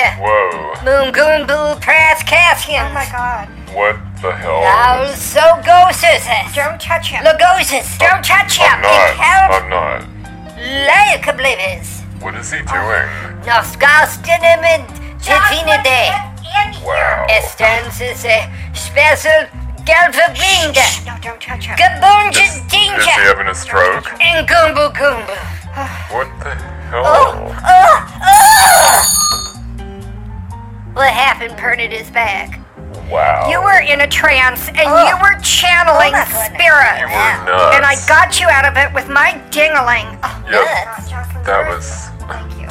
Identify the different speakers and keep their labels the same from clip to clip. Speaker 1: Whoa.
Speaker 2: Moon Goon Blue Press Cassians.
Speaker 3: Oh my god.
Speaker 1: What the hell?
Speaker 2: Those so goses.
Speaker 3: Don't touch him.
Speaker 2: Logoses. Don't touch him.
Speaker 1: I'm not.
Speaker 2: Help.
Speaker 1: I'm not.
Speaker 2: Layacablibis.
Speaker 1: What is he doing?
Speaker 2: Nosgastinem and Tifinide.
Speaker 3: John, get in
Speaker 1: Wow.
Speaker 2: Estens is a special gelbe Binde.
Speaker 3: here. No, don't touch him.
Speaker 2: Gebunge
Speaker 1: Is he
Speaker 2: Dinge.
Speaker 1: having a stroke?
Speaker 2: And Goombo Goombo.
Speaker 1: What the hell?
Speaker 2: Oh, What happened, Pernod is back.
Speaker 1: Wow.
Speaker 2: You were in a trance and
Speaker 3: Oh.
Speaker 2: you were channeling
Speaker 3: Oh my goodness.
Speaker 2: spirits.
Speaker 1: You were nuts.
Speaker 2: And I got you out of it with my dingaling.
Speaker 1: Yep.
Speaker 3: Not Oh Jocelyn
Speaker 1: That
Speaker 3: Burke.
Speaker 1: was.
Speaker 3: Thank you.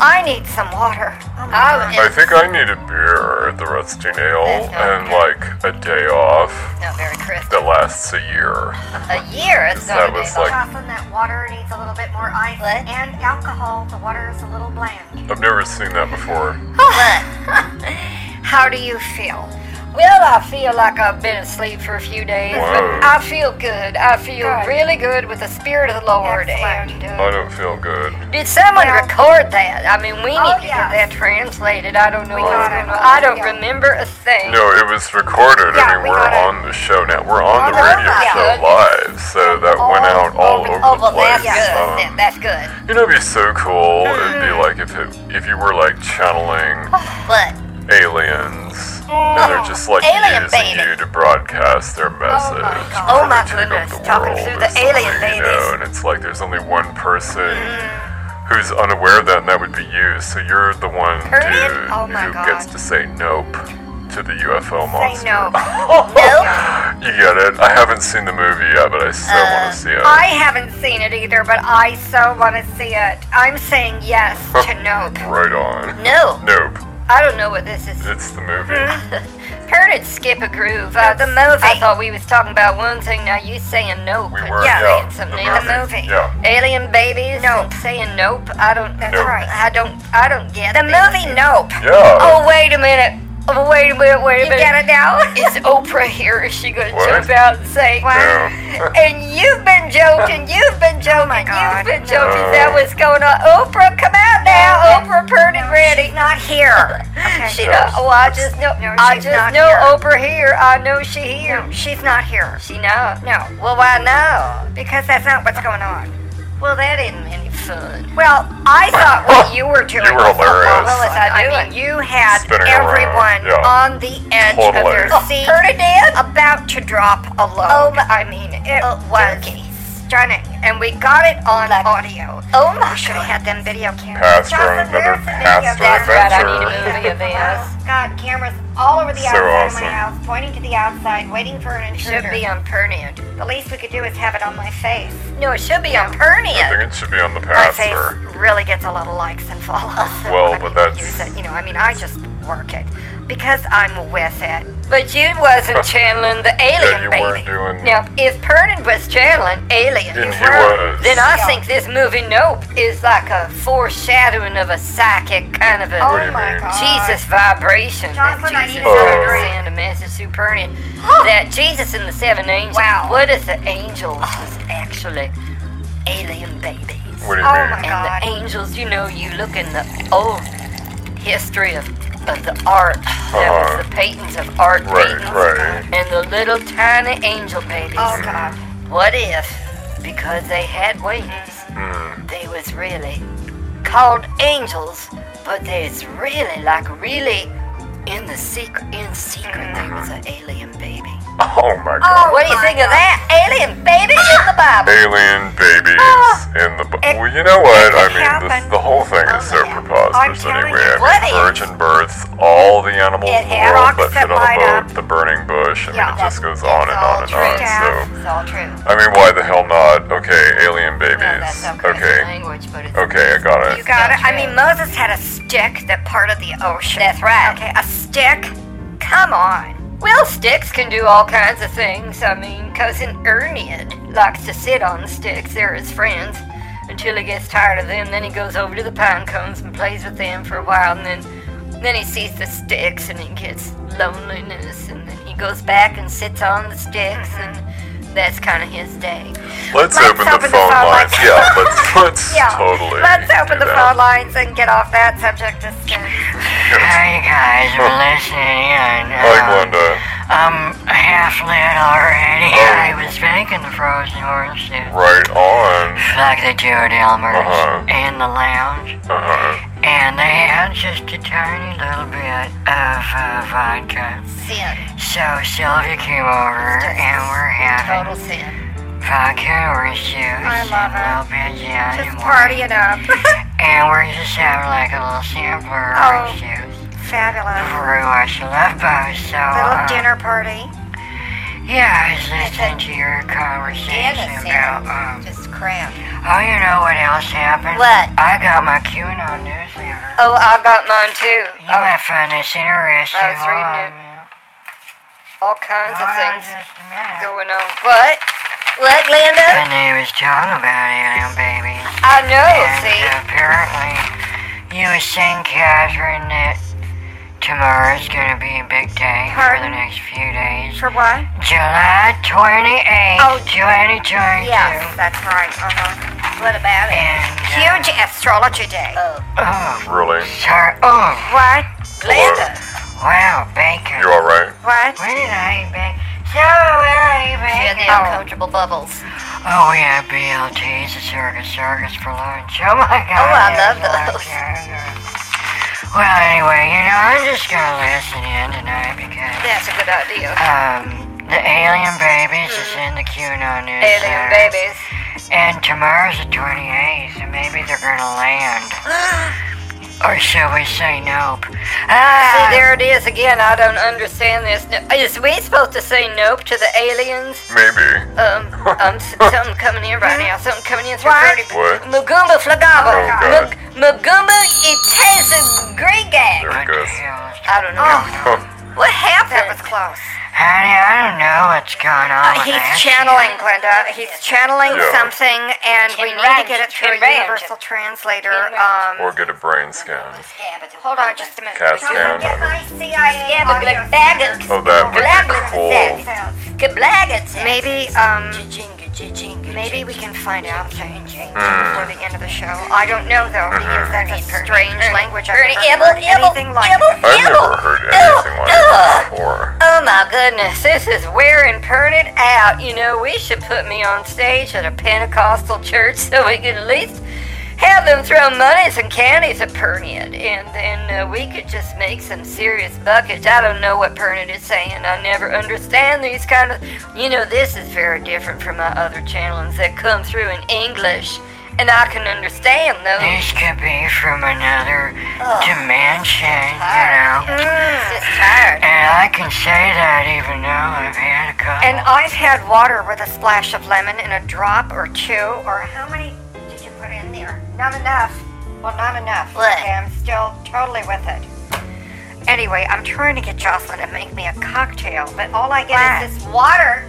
Speaker 2: I need some water.
Speaker 3: my
Speaker 2: Oh,
Speaker 1: I
Speaker 2: it's
Speaker 1: think I need a beer at the Rusty Nail
Speaker 2: That's not
Speaker 1: and like a day off
Speaker 2: not very crisp.
Speaker 1: that lasts a year.
Speaker 2: A year is not
Speaker 1: That
Speaker 2: a
Speaker 1: was
Speaker 2: big
Speaker 1: like-
Speaker 3: Jocelyn, that water needs a little bit more ice
Speaker 2: What?
Speaker 3: and alcohol. The water is a little bland.
Speaker 1: I've never seen that before.
Speaker 2: How do you feel? Well, I feel like I've been asleep for a few days,
Speaker 1: Wow.
Speaker 2: but I feel good. I feel
Speaker 3: Good.
Speaker 2: really good with the spirit of the Lord.
Speaker 3: Excellent.
Speaker 2: And,
Speaker 1: I
Speaker 2: uh,
Speaker 1: don't feel good.
Speaker 2: did someone
Speaker 3: Well-
Speaker 2: record that? I mean, we need
Speaker 3: Oh,
Speaker 2: to
Speaker 3: yes.
Speaker 2: get that translated. I don't know. what's
Speaker 1: got
Speaker 2: going
Speaker 3: it.
Speaker 2: on. I don't
Speaker 3: Yeah.
Speaker 2: remember a thing.
Speaker 1: No, it was recorded.
Speaker 3: Yeah,
Speaker 1: I mean,
Speaker 3: we
Speaker 1: we're
Speaker 3: got it.
Speaker 1: on the show now. We're on the
Speaker 3: Oh,
Speaker 1: radio
Speaker 3: yeah.
Speaker 1: show live, so that went out all over
Speaker 2: oh,
Speaker 1: the
Speaker 2: well, that's
Speaker 1: place.
Speaker 2: good.
Speaker 1: Um,
Speaker 2: That- That's good.
Speaker 1: you know, it'd be so cool. It'd be like if it, if you were like channeling
Speaker 2: But
Speaker 1: aliens, and they're just like
Speaker 2: Alien
Speaker 1: using
Speaker 2: baby.
Speaker 1: you to broadcast their message.
Speaker 3: God.
Speaker 1: before
Speaker 2: Oh, my
Speaker 1: they take
Speaker 2: goodness.
Speaker 1: over the
Speaker 2: Talking
Speaker 1: world
Speaker 2: through
Speaker 1: or
Speaker 2: the alien
Speaker 1: something, you
Speaker 2: babies.
Speaker 1: know, and it's like there's only one person. Who's unaware of that, and that would be you. So you're the one
Speaker 2: Period?
Speaker 1: dude
Speaker 2: Oh, my
Speaker 1: who
Speaker 2: God.
Speaker 1: gets to say nope to the UFO monster.
Speaker 2: I know.
Speaker 1: Oh, You get it. I haven't seen the movie yet, but I still want to see it.
Speaker 2: I haven't seen it either, but I so want to see it. I'm saying yes to nope.
Speaker 1: right on.
Speaker 2: No,
Speaker 1: Nope.
Speaker 2: I don't know what this is.
Speaker 1: It's the movie.
Speaker 2: Heard it skip a groove. Uh, the movie. I thought we was talking about one thing. Now you saying nope.
Speaker 1: We were,
Speaker 2: Yeah,
Speaker 1: yeah,
Speaker 2: saying some
Speaker 1: the
Speaker 2: names.
Speaker 1: movie, The movie. yeah.
Speaker 2: Alien babies. No, saying nope. I don't. That's
Speaker 1: Nope.
Speaker 2: right. I don't. I don't get the movie. Nope.
Speaker 1: Yeah.
Speaker 2: Oh wait a minute. Oh wait a minute. Wait a
Speaker 3: You
Speaker 2: minute.
Speaker 3: get it now?
Speaker 2: Is Oprah here? Is she gonna
Speaker 1: What?
Speaker 2: jump out and say?
Speaker 1: No.
Speaker 2: And you've been joking. You've been joking.
Speaker 3: God,
Speaker 2: You've been
Speaker 3: no.
Speaker 2: joking. That was going on. Oprah, come out now. Oprah, pretty ready.
Speaker 3: Not here. Okay.
Speaker 2: She
Speaker 1: No.
Speaker 2: not, oh, I just know.
Speaker 3: No,
Speaker 2: I
Speaker 3: she's
Speaker 2: just
Speaker 3: not
Speaker 2: know
Speaker 3: here.
Speaker 2: Oprah here. I know she here.
Speaker 3: No, she's not here.
Speaker 2: She not. No. Well, why no? Because that's not what's going on. Well, that isn't any fun.
Speaker 3: Well,
Speaker 2: I thought what you were doing.
Speaker 1: You
Speaker 2: was
Speaker 1: were
Speaker 2: a lot
Speaker 1: hilarious.
Speaker 2: more fun. I mean, you had
Speaker 1: Spinning
Speaker 2: everyone
Speaker 1: around, yeah.
Speaker 2: on the edge
Speaker 1: Totally.
Speaker 2: of their
Speaker 1: Oh,
Speaker 2: seat,
Speaker 3: Ferdinand?
Speaker 2: about to drop a load.
Speaker 3: Oh,
Speaker 2: I mean, it
Speaker 3: oh,
Speaker 2: was
Speaker 3: jerky.
Speaker 2: stunning, and we got it on audio.
Speaker 3: oh my
Speaker 2: Should have had them video cameras.
Speaker 1: Pastor
Speaker 3: Jocelyn,
Speaker 1: on another
Speaker 3: where's the video
Speaker 1: pastor
Speaker 3: of
Speaker 2: That's right. I need a
Speaker 1: adventure.
Speaker 2: movie of this.
Speaker 3: Oh, God, cameras all over the
Speaker 1: So
Speaker 3: outside of
Speaker 1: awesome.
Speaker 3: my house, pointing to the outside, waiting for an intruder.
Speaker 2: Should be on Pernian.
Speaker 3: The least we could do is have it on my face.
Speaker 2: No, it should be on
Speaker 1: I
Speaker 2: Pernian.
Speaker 1: think it should be on the
Speaker 2: My face
Speaker 1: pastor.
Speaker 2: really gets a lot of likes and follows.
Speaker 1: Well,
Speaker 2: I
Speaker 1: but
Speaker 2: mean,
Speaker 1: that's-
Speaker 2: use it, you know. I mean, I just work it because I'm with it. But you wasn't channeling the alien
Speaker 1: you
Speaker 2: baby.
Speaker 1: weren't doing-
Speaker 2: Now, if Pernin was channeling alien, you
Speaker 1: And he
Speaker 2: were,
Speaker 1: was.
Speaker 2: then I
Speaker 3: Yeah.
Speaker 2: think this movie Nope is like a foreshadowing of a psychic kind of a
Speaker 3: Oh
Speaker 1: do you
Speaker 3: my
Speaker 1: mean?
Speaker 3: God.
Speaker 2: Jesus vibration. that
Speaker 3: Jocelyn, I
Speaker 2: Jesus
Speaker 3: need
Speaker 1: another
Speaker 2: sent to
Speaker 1: drink.
Speaker 2: send a message to Pernin that Jesus and the seven angels.
Speaker 3: Wow.
Speaker 2: What if the angels was actually alien babies?
Speaker 1: What do you
Speaker 3: Oh
Speaker 1: mean?
Speaker 3: my-
Speaker 2: and
Speaker 3: God.
Speaker 2: the angels, you know, you look in the old history of, of the art. That
Speaker 1: Uh-huh.
Speaker 2: was the patents of art.
Speaker 1: Right,
Speaker 2: paintings.
Speaker 1: right.
Speaker 2: And the little tiny angel babies.
Speaker 3: Oh, God.
Speaker 2: What if, because they had wings,
Speaker 1: Hmm.
Speaker 2: they was really called angels, but they's really like really in the secret in secret there was
Speaker 1: Mm-hmm.
Speaker 2: an alien baby.
Speaker 1: Oh my god.
Speaker 2: what do you
Speaker 3: my
Speaker 2: think of
Speaker 3: God.
Speaker 2: that? Alien baby in the Bible.
Speaker 1: Alien babies in the. Bu-
Speaker 3: It-
Speaker 1: well, you know what? I
Speaker 3: it
Speaker 1: mean, this,
Speaker 3: happened.
Speaker 1: the whole thing is so
Speaker 3: yeah.
Speaker 1: preposterous
Speaker 3: I'm telling
Speaker 1: anyway. I
Speaker 3: you,
Speaker 2: what
Speaker 1: mean,
Speaker 2: is-
Speaker 1: virgin births, all the animals
Speaker 3: It
Speaker 1: in the world
Speaker 3: rocks
Speaker 1: that fit
Speaker 3: that
Speaker 1: on
Speaker 3: line
Speaker 1: a
Speaker 3: up.
Speaker 1: boat, the burning bush. I mean,
Speaker 3: Yeah,
Speaker 1: it just goes on and
Speaker 2: It's
Speaker 1: on
Speaker 2: all
Speaker 1: and
Speaker 2: true,
Speaker 1: on.
Speaker 3: yeah.
Speaker 1: So,
Speaker 2: It's all true.
Speaker 1: I mean, why the hell not? Okay, alien babies.
Speaker 2: No, that's not correct
Speaker 1: okay.
Speaker 2: language, but it's
Speaker 1: Okay, I got it.
Speaker 2: You got it. I mean,
Speaker 3: Moses had a stick that part of the ocean.
Speaker 2: That's right.
Speaker 3: Okay, a stick? Come on.
Speaker 2: Well, sticks can do all kinds of things. I mean, Cousin Erniad likes to sit on sticks. They're his friends until he gets tired of them. Then he goes over to the pine cones and plays with them for a while, and then then he sees the sticks and he gets loneliness, and then he goes back and sits on the sticks and
Speaker 4: That's kind of his day.
Speaker 1: Let's, open, the phone lines. yeah, let's let's totally.
Speaker 3: Let's
Speaker 1: do
Speaker 3: open the
Speaker 1: that.
Speaker 3: phone lines and get off that subject. Discuss.
Speaker 4: Hi guys, listening.
Speaker 1: Hi, Glenda.
Speaker 4: I'm half lit already.
Speaker 1: Oh.
Speaker 4: I was making the frozen orange soup.
Speaker 1: Right on.
Speaker 4: Like the Jared Elmers
Speaker 1: Uh-huh.
Speaker 4: in the lounge.
Speaker 1: Uh huh.
Speaker 4: And they had just a tiny little bit of uh, vodka.
Speaker 3: Sin.
Speaker 4: So Sylvia came over and we're having
Speaker 3: Total sin.
Speaker 4: vodka orange juice.
Speaker 3: I love it.
Speaker 4: and A little bit of gin
Speaker 3: Just
Speaker 4: and wine.
Speaker 3: partying up.
Speaker 4: And we're just having like a little sampler of
Speaker 3: Oh.
Speaker 4: orange juice.
Speaker 3: Fabulous.
Speaker 4: Before we watch the Love Boat, so
Speaker 3: Little
Speaker 4: uh,
Speaker 3: dinner party.
Speaker 4: yeah, I was listening to your conversation about um,
Speaker 3: Just crap.
Speaker 4: Oh, you know what else happened?
Speaker 3: What?
Speaker 4: I got my QAnon newsletter.
Speaker 3: Oh, I got mine too.
Speaker 4: You might find this interesting.
Speaker 3: I was
Speaker 4: Hold
Speaker 3: reading
Speaker 4: on
Speaker 3: it.
Speaker 4: a minute.
Speaker 3: All kinds of
Speaker 4: Hold on
Speaker 3: things
Speaker 4: just a minute.
Speaker 3: going on. What? What, Linda?
Speaker 4: My name is John about alien babies.
Speaker 3: I know,
Speaker 4: and
Speaker 3: Oh, see?
Speaker 4: apparently, you were saying, Catherine, that tomorrow's gonna be a big day for
Speaker 3: Pardon?
Speaker 4: the next few days.
Speaker 3: For what?
Speaker 4: July 28th,
Speaker 3: Oh,
Speaker 4: 2022.
Speaker 3: Yes, that's right. Uh-huh. What about it?
Speaker 4: And, uh,
Speaker 3: Huge astrology day. Oh.
Speaker 4: Oh,
Speaker 1: Really?
Speaker 4: sorry. Oh,
Speaker 3: What?
Speaker 1: Linda.
Speaker 4: wow,
Speaker 1: You
Speaker 4: bacon.
Speaker 1: all right?
Speaker 3: What?
Speaker 4: Where did I eat bacon? So, where I Oh, eat bacon?
Speaker 3: uncomfortable bubbles.
Speaker 4: Oh, we had BLTs at Circus Circus for lunch. Oh my god.
Speaker 3: Oh, I
Speaker 4: it
Speaker 3: love
Speaker 4: was
Speaker 3: those.
Speaker 4: lunch. Well, anyway, you know, I'm just gonna listen in tonight because,
Speaker 3: That's a good idea.
Speaker 4: um, the Alien Babies is in the QAnon news.
Speaker 3: Alien babies.
Speaker 4: And tomorrow's the 28th, and maybe they're gonna land. or shall we say nope?
Speaker 3: See,
Speaker 4: Ah,
Speaker 3: there it is again. I don't understand this. No- Is we supposed to say nope to the aliens?
Speaker 1: Maybe.
Speaker 3: Um, um, s- something coming in right now. Something coming in through
Speaker 4: What?
Speaker 3: 30.
Speaker 1: What?
Speaker 3: Mugumba flagaba.
Speaker 1: Oh, God.
Speaker 3: Mug- Mugumba itesa
Speaker 1: There
Speaker 3: grega.
Speaker 1: it
Speaker 4: what the
Speaker 1: goes.
Speaker 4: hell is
Speaker 3: I don't know.
Speaker 1: Oh. Huh.
Speaker 3: What happened? That was close.
Speaker 4: Honey, I don't know what's going on with
Speaker 3: Oh, He's
Speaker 4: that.
Speaker 3: channeling, Glenda. He's channeling
Speaker 1: Yeah.
Speaker 3: something, and we need to get it through a
Speaker 4: Ken Rand.
Speaker 3: universal translator. Um,
Speaker 1: Or get a brain scan.
Speaker 3: hold on just a minute.
Speaker 1: Cat scan. I don't-
Speaker 3: Yeah, but like baggage.
Speaker 1: Oh, that would be cool.
Speaker 3: Maybe, um, maybe we can find out things before the end of the show. I don't know though, because that's a strange language. I've never heard anything like. it.
Speaker 1: I've never heard anything like that before.
Speaker 4: Oh my goodness,
Speaker 3: This is wearing Pernod out. You know, we should put me on stage at a Pentecostal church so we could at least have them throw monies and candies at Pernod. And then uh, we could just make some serious buckets. I don't know what Pernod is saying. I never understand these kind of. You know, this is very different from my other channelings that come through in English. And I can understand those.
Speaker 4: These could be from another dimension, you know.
Speaker 3: It's just Mm, tired.
Speaker 4: And I can say that even though I've had a couple.
Speaker 3: And I've had water with a splash of lemon and a drop or two, or how many did you put in there? Not enough. Well, not enough.
Speaker 4: What?
Speaker 3: Okay, I'm still totally with it. Anyway, I'm trying to get Jocelyn to make me a cocktail, but all I get is this water.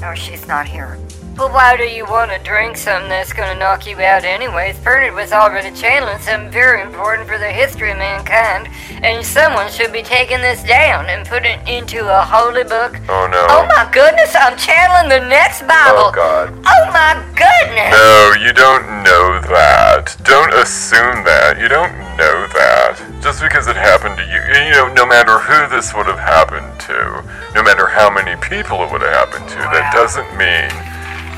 Speaker 3: No, she's not here.
Speaker 4: well, why do you want to drink something that's going to knock you out anyways? Bernard was already channeling something very important for the history of mankind, and someone should be taking this down and putting it into a holy book.
Speaker 1: Oh
Speaker 4: Oh
Speaker 1: no.
Speaker 4: my goodness, I'm channeling the next
Speaker 1: Oh
Speaker 4: Bible.
Speaker 1: god.
Speaker 4: Oh my goodness.
Speaker 1: No, you don't know that. Don't assume that. You don't know that. Just because it happened to you, you know, no matter who this would have happened to, no matter how many people it would have happened to, that doesn't mean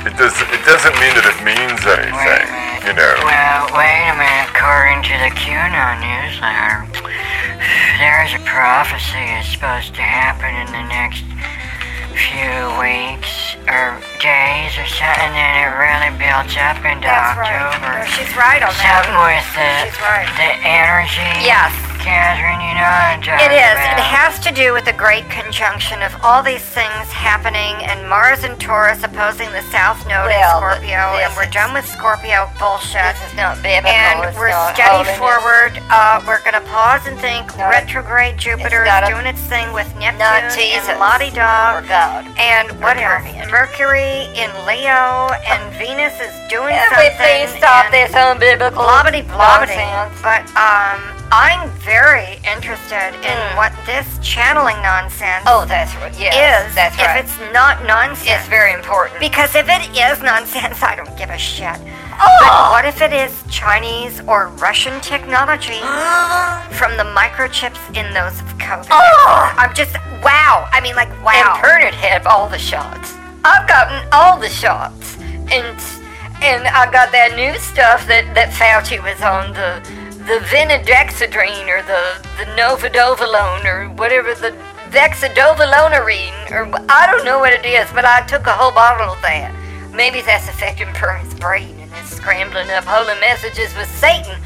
Speaker 1: it does. It doesn't mean that it means anything. You know.
Speaker 4: Well, wait a minute. According to the QAnon newsletter, there's a prophecy that's supposed to happen in the next few weeks or days or something, and then it really builds up into
Speaker 3: That's right. No,
Speaker 4: October.
Speaker 3: she's right on
Speaker 4: Something
Speaker 3: that.
Speaker 4: with the,
Speaker 3: She's right.
Speaker 4: the energy.
Speaker 3: Yes.
Speaker 4: Catherine, you know what I'm talking
Speaker 3: It is. It
Speaker 4: about.
Speaker 3: has to do with the great conjunction of all these things happening and Mars and Taurus opposing the South Node
Speaker 4: Well,
Speaker 3: and Scorpio,
Speaker 4: this
Speaker 3: and we're
Speaker 4: is-
Speaker 3: done with Scorpio bullshit.
Speaker 4: This is Oh, not biblical.
Speaker 3: And
Speaker 4: it's
Speaker 3: we're
Speaker 4: not
Speaker 3: steady
Speaker 4: holiness.
Speaker 3: forward. Uh, we're gonna pause and think.
Speaker 4: No,
Speaker 3: Retrograde Jupiter
Speaker 4: not
Speaker 3: is
Speaker 4: a-
Speaker 3: doing its thing with Neptune
Speaker 4: Not Jesus.
Speaker 3: and Lottie Dog.
Speaker 4: Or God.
Speaker 3: And what else?
Speaker 4: Hermes.
Speaker 3: Mercury in Leo and Venus is doing
Speaker 4: Can we
Speaker 3: something.
Speaker 4: please stop
Speaker 3: and
Speaker 4: this unbiblical
Speaker 3: Blobbity blobbity.
Speaker 4: nonsense?
Speaker 3: But um, I'm very very interested in what this channeling nonsense
Speaker 2: Hmm. Oh, that's right. Yes,
Speaker 3: is
Speaker 2: that's
Speaker 3: if
Speaker 2: right.
Speaker 3: it's not nonsense.
Speaker 2: it's very important.
Speaker 3: because if it is nonsense, I don't give a shit. But
Speaker 2: Oh!
Speaker 3: what if it is Chinese or Russian technology from the microchips in those of COVID?
Speaker 2: Oh!
Speaker 3: I'm just wow. I mean, like wow.
Speaker 2: And Pernod had all the shots. I've gotten all the shots, and and I got that new stuff that that Fauci was on the the vinidexidrine or the the novodovalone or whatever the vexadovalonarine or wh- I don't know what it is, but I took a whole bottle of that. Maybe that's affecting Pernod's brain and it's scrambling up holy messages with Satan.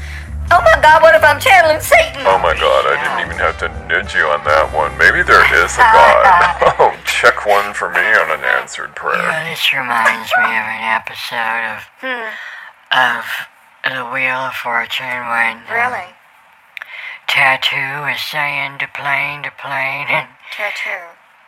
Speaker 2: Oh my God! What if I'm channeling Satan?
Speaker 1: Oh my god, I didn't even have to nudge you on that one. Maybe there is a god. Oh, check one for me on an answered prayer.
Speaker 4: Well, this reminds me of an episode of of the Wheel of Fortune when uh,
Speaker 3: really,
Speaker 4: Tattoo is saying to plane to plane and
Speaker 3: tattoo.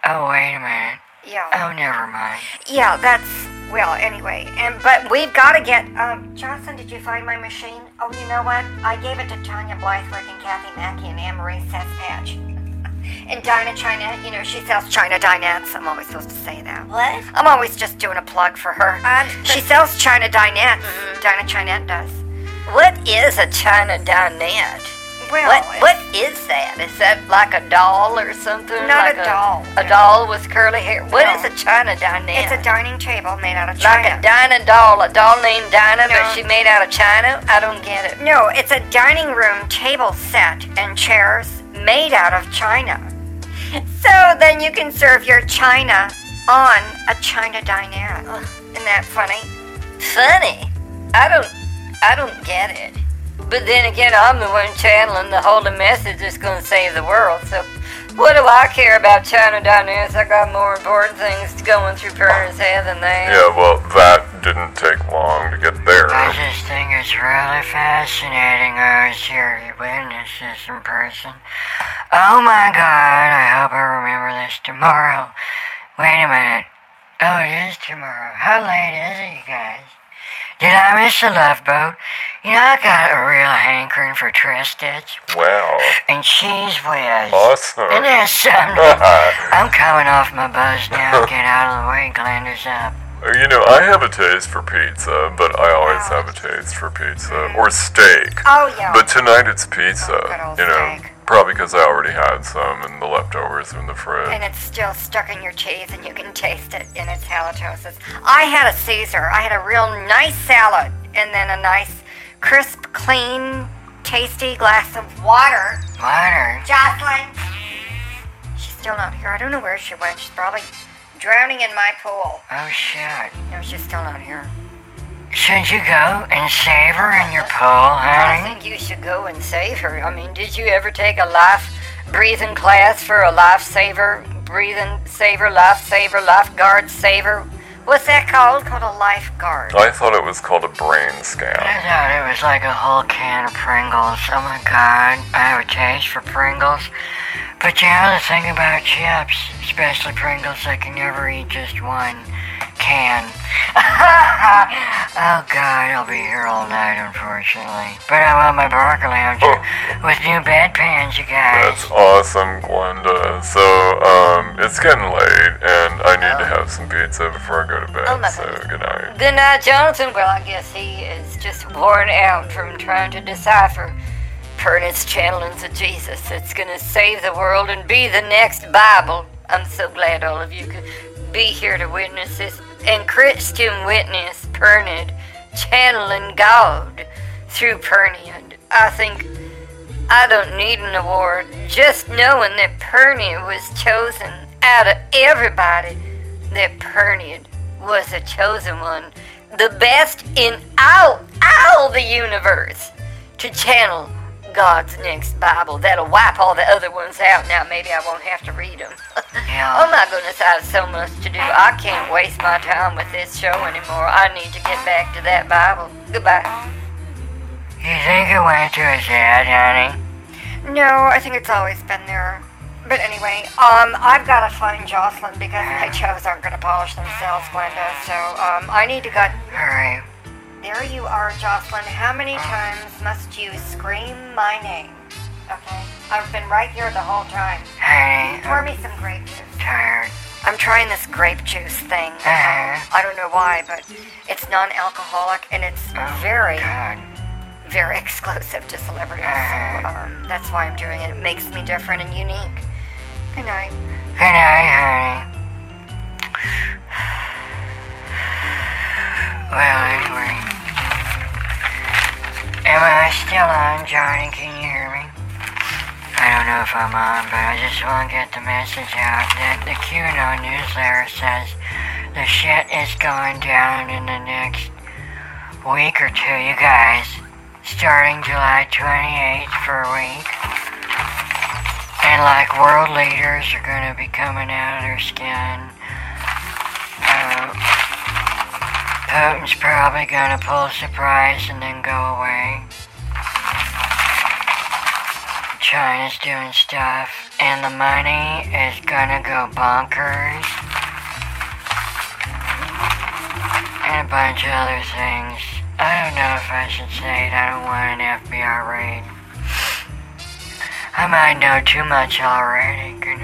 Speaker 4: oh wait a minute
Speaker 3: Yeah.
Speaker 4: oh never mind
Speaker 3: Yeah, that's well. Anyway, and but we've got to get. Um, Johnson, did you find my machine? Oh, you know what? I gave it to Tanya Blythewick and Kathy Mackey and Anne Marie Sethpatch. and Dinah China, you know she sells China Dinettes. I'm always supposed to say that.
Speaker 2: What?
Speaker 3: I'm always just doing a plug for her.
Speaker 2: I'm- Mm-hmm.
Speaker 3: she sells China Dinettes. Dinah Chinette does.
Speaker 2: What is a China dinette?
Speaker 3: Well,
Speaker 2: What
Speaker 3: it's-
Speaker 2: what is that? Is that like a doll or something?
Speaker 3: Not
Speaker 2: Like
Speaker 3: a doll.
Speaker 2: A doll with curly hair. What
Speaker 3: No.
Speaker 2: is a China dinette?
Speaker 3: It's a dining table made out of
Speaker 2: like a
Speaker 3: china.
Speaker 2: Dinah doll, a doll named Dinah,
Speaker 3: No.
Speaker 2: but she made out of China. I don't get it.
Speaker 3: No, it's a dining room table set and chairs made out of china. So then you can serve your china on a china dinette. Isn't that funny?
Speaker 2: Funny. I don't. I don't get it. But then again, I'm the one channeling the holy message that's going to save the world. So, what do I care about China dinettes? I got more important things going through Perner's head than that.
Speaker 1: Yeah, well, that didn't take long to get there.
Speaker 4: I just think it's really fascinating I was here to witness this in person oh my god I hope I remember this tomorrow wait a minute oh it is tomorrow how late is it you guys did I miss the love boat you know I got a real hankering for Tristitch
Speaker 1: Wow.
Speaker 4: and cheese whiz and
Speaker 1: Awesome.
Speaker 4: there's some I'm coming off my buzz now. Get out of the way, Glander's up.
Speaker 1: Uh, you know, I have a taste for pizza, but I always have a taste for pizza. Or steak.
Speaker 3: Oh, yeah.
Speaker 1: But tonight it's pizza.
Speaker 3: good old
Speaker 1: You know,
Speaker 3: steak.
Speaker 1: probably because I already had some and the leftovers in the fridge.
Speaker 3: and it's still stuck in your cheese and you can taste it in its halitosis. I had a Caesar. I had a real nice salad and then a nice, crisp, clean, tasty glass of water.
Speaker 4: Water.
Speaker 3: Jocelyn! She's still not here. I don't know where she went. She's probably drowning in my pool.
Speaker 4: Oh, shit.
Speaker 3: No, she's still not here.
Speaker 4: Should you go and save her in your pool,
Speaker 2: I
Speaker 4: honey?
Speaker 2: think you should go and save her. I mean, did you ever take a life breathing class for a lifesaver, breathing saver, lifesaver, lifeguard saver? What's that called?
Speaker 3: Called a lifeguard.
Speaker 1: I thought it was called a brain scan.
Speaker 4: I thought it was like a whole can of Pringles. Oh my god, I have a taste for Pringles. But you know the thing about chips, especially Pringles, I can never eat just one can. oh god, I'll be here all night, unfortunately. But I'm on my barker lounger with new bedpans, you guys.
Speaker 1: That's awesome, Glenda. So, um, it's getting late, and I need to have some pizza before I go to bed.
Speaker 2: Oh, my
Speaker 1: so, good night.
Speaker 2: Good night, uh, Jonathan. Well, I guess he is just worn out from trying to decipher Pernod's channelings of Jesus that's going to save the world and be the next Bible. I'm so glad all of you could be here to witness this and Christian witness Pernod channeling God through Pernod. I think I don't need an award. Just knowing that Pernod was chosen out of everybody, that Pernod was a chosen one, the best in all, all the universe, to channel God's next Bible. That'll wipe all the other ones out. Now maybe I won't have to read them.
Speaker 4: Yeah.
Speaker 2: oh my goodness, I have so much to do. I can't waste my time with this show anymore. I need to get back to that Bible. Goodbye.
Speaker 4: You think it went to his head, honey?
Speaker 3: No, I think it's always been there. But anyway, um, I've got to find Jocelyn because my chows aren't going to polish themselves, Glenda. So um, I need to get.
Speaker 4: Alright.
Speaker 3: There you are, Jocelyn. How many times must you scream my name? Okay. I
Speaker 5: I've been right here the whole time.
Speaker 4: Honey,
Speaker 5: Pour
Speaker 4: I'm
Speaker 5: me some grape juice.
Speaker 4: tired.
Speaker 3: I'm trying this grape juice thing. Um,
Speaker 4: Uh-huh.
Speaker 3: I don't know why, but it's non alcoholic and it's
Speaker 4: Oh,
Speaker 3: very,
Speaker 4: God.
Speaker 3: very exclusive to celebrities.
Speaker 4: Uh-huh.
Speaker 3: So, um, that's why I'm doing it. It makes me different and unique. Good night.
Speaker 4: Good night, honey. Well, anyway. Am I still on, Johnny? Can you hear me? I don't know if I'm on, but I just want to get the message out that the QAnon newsletter says the shit is going down in the next week or two, you guys. Starting July 28th for a week. And like world leaders are gonna be coming out of their skin. Uh, Putin's probably gonna pull a surprise and then go away. China's doing stuff, and the money is gonna go bonkers. And a bunch of other things. I don't know if I should say it. I don't want an FBI raid. I might know too much already. Good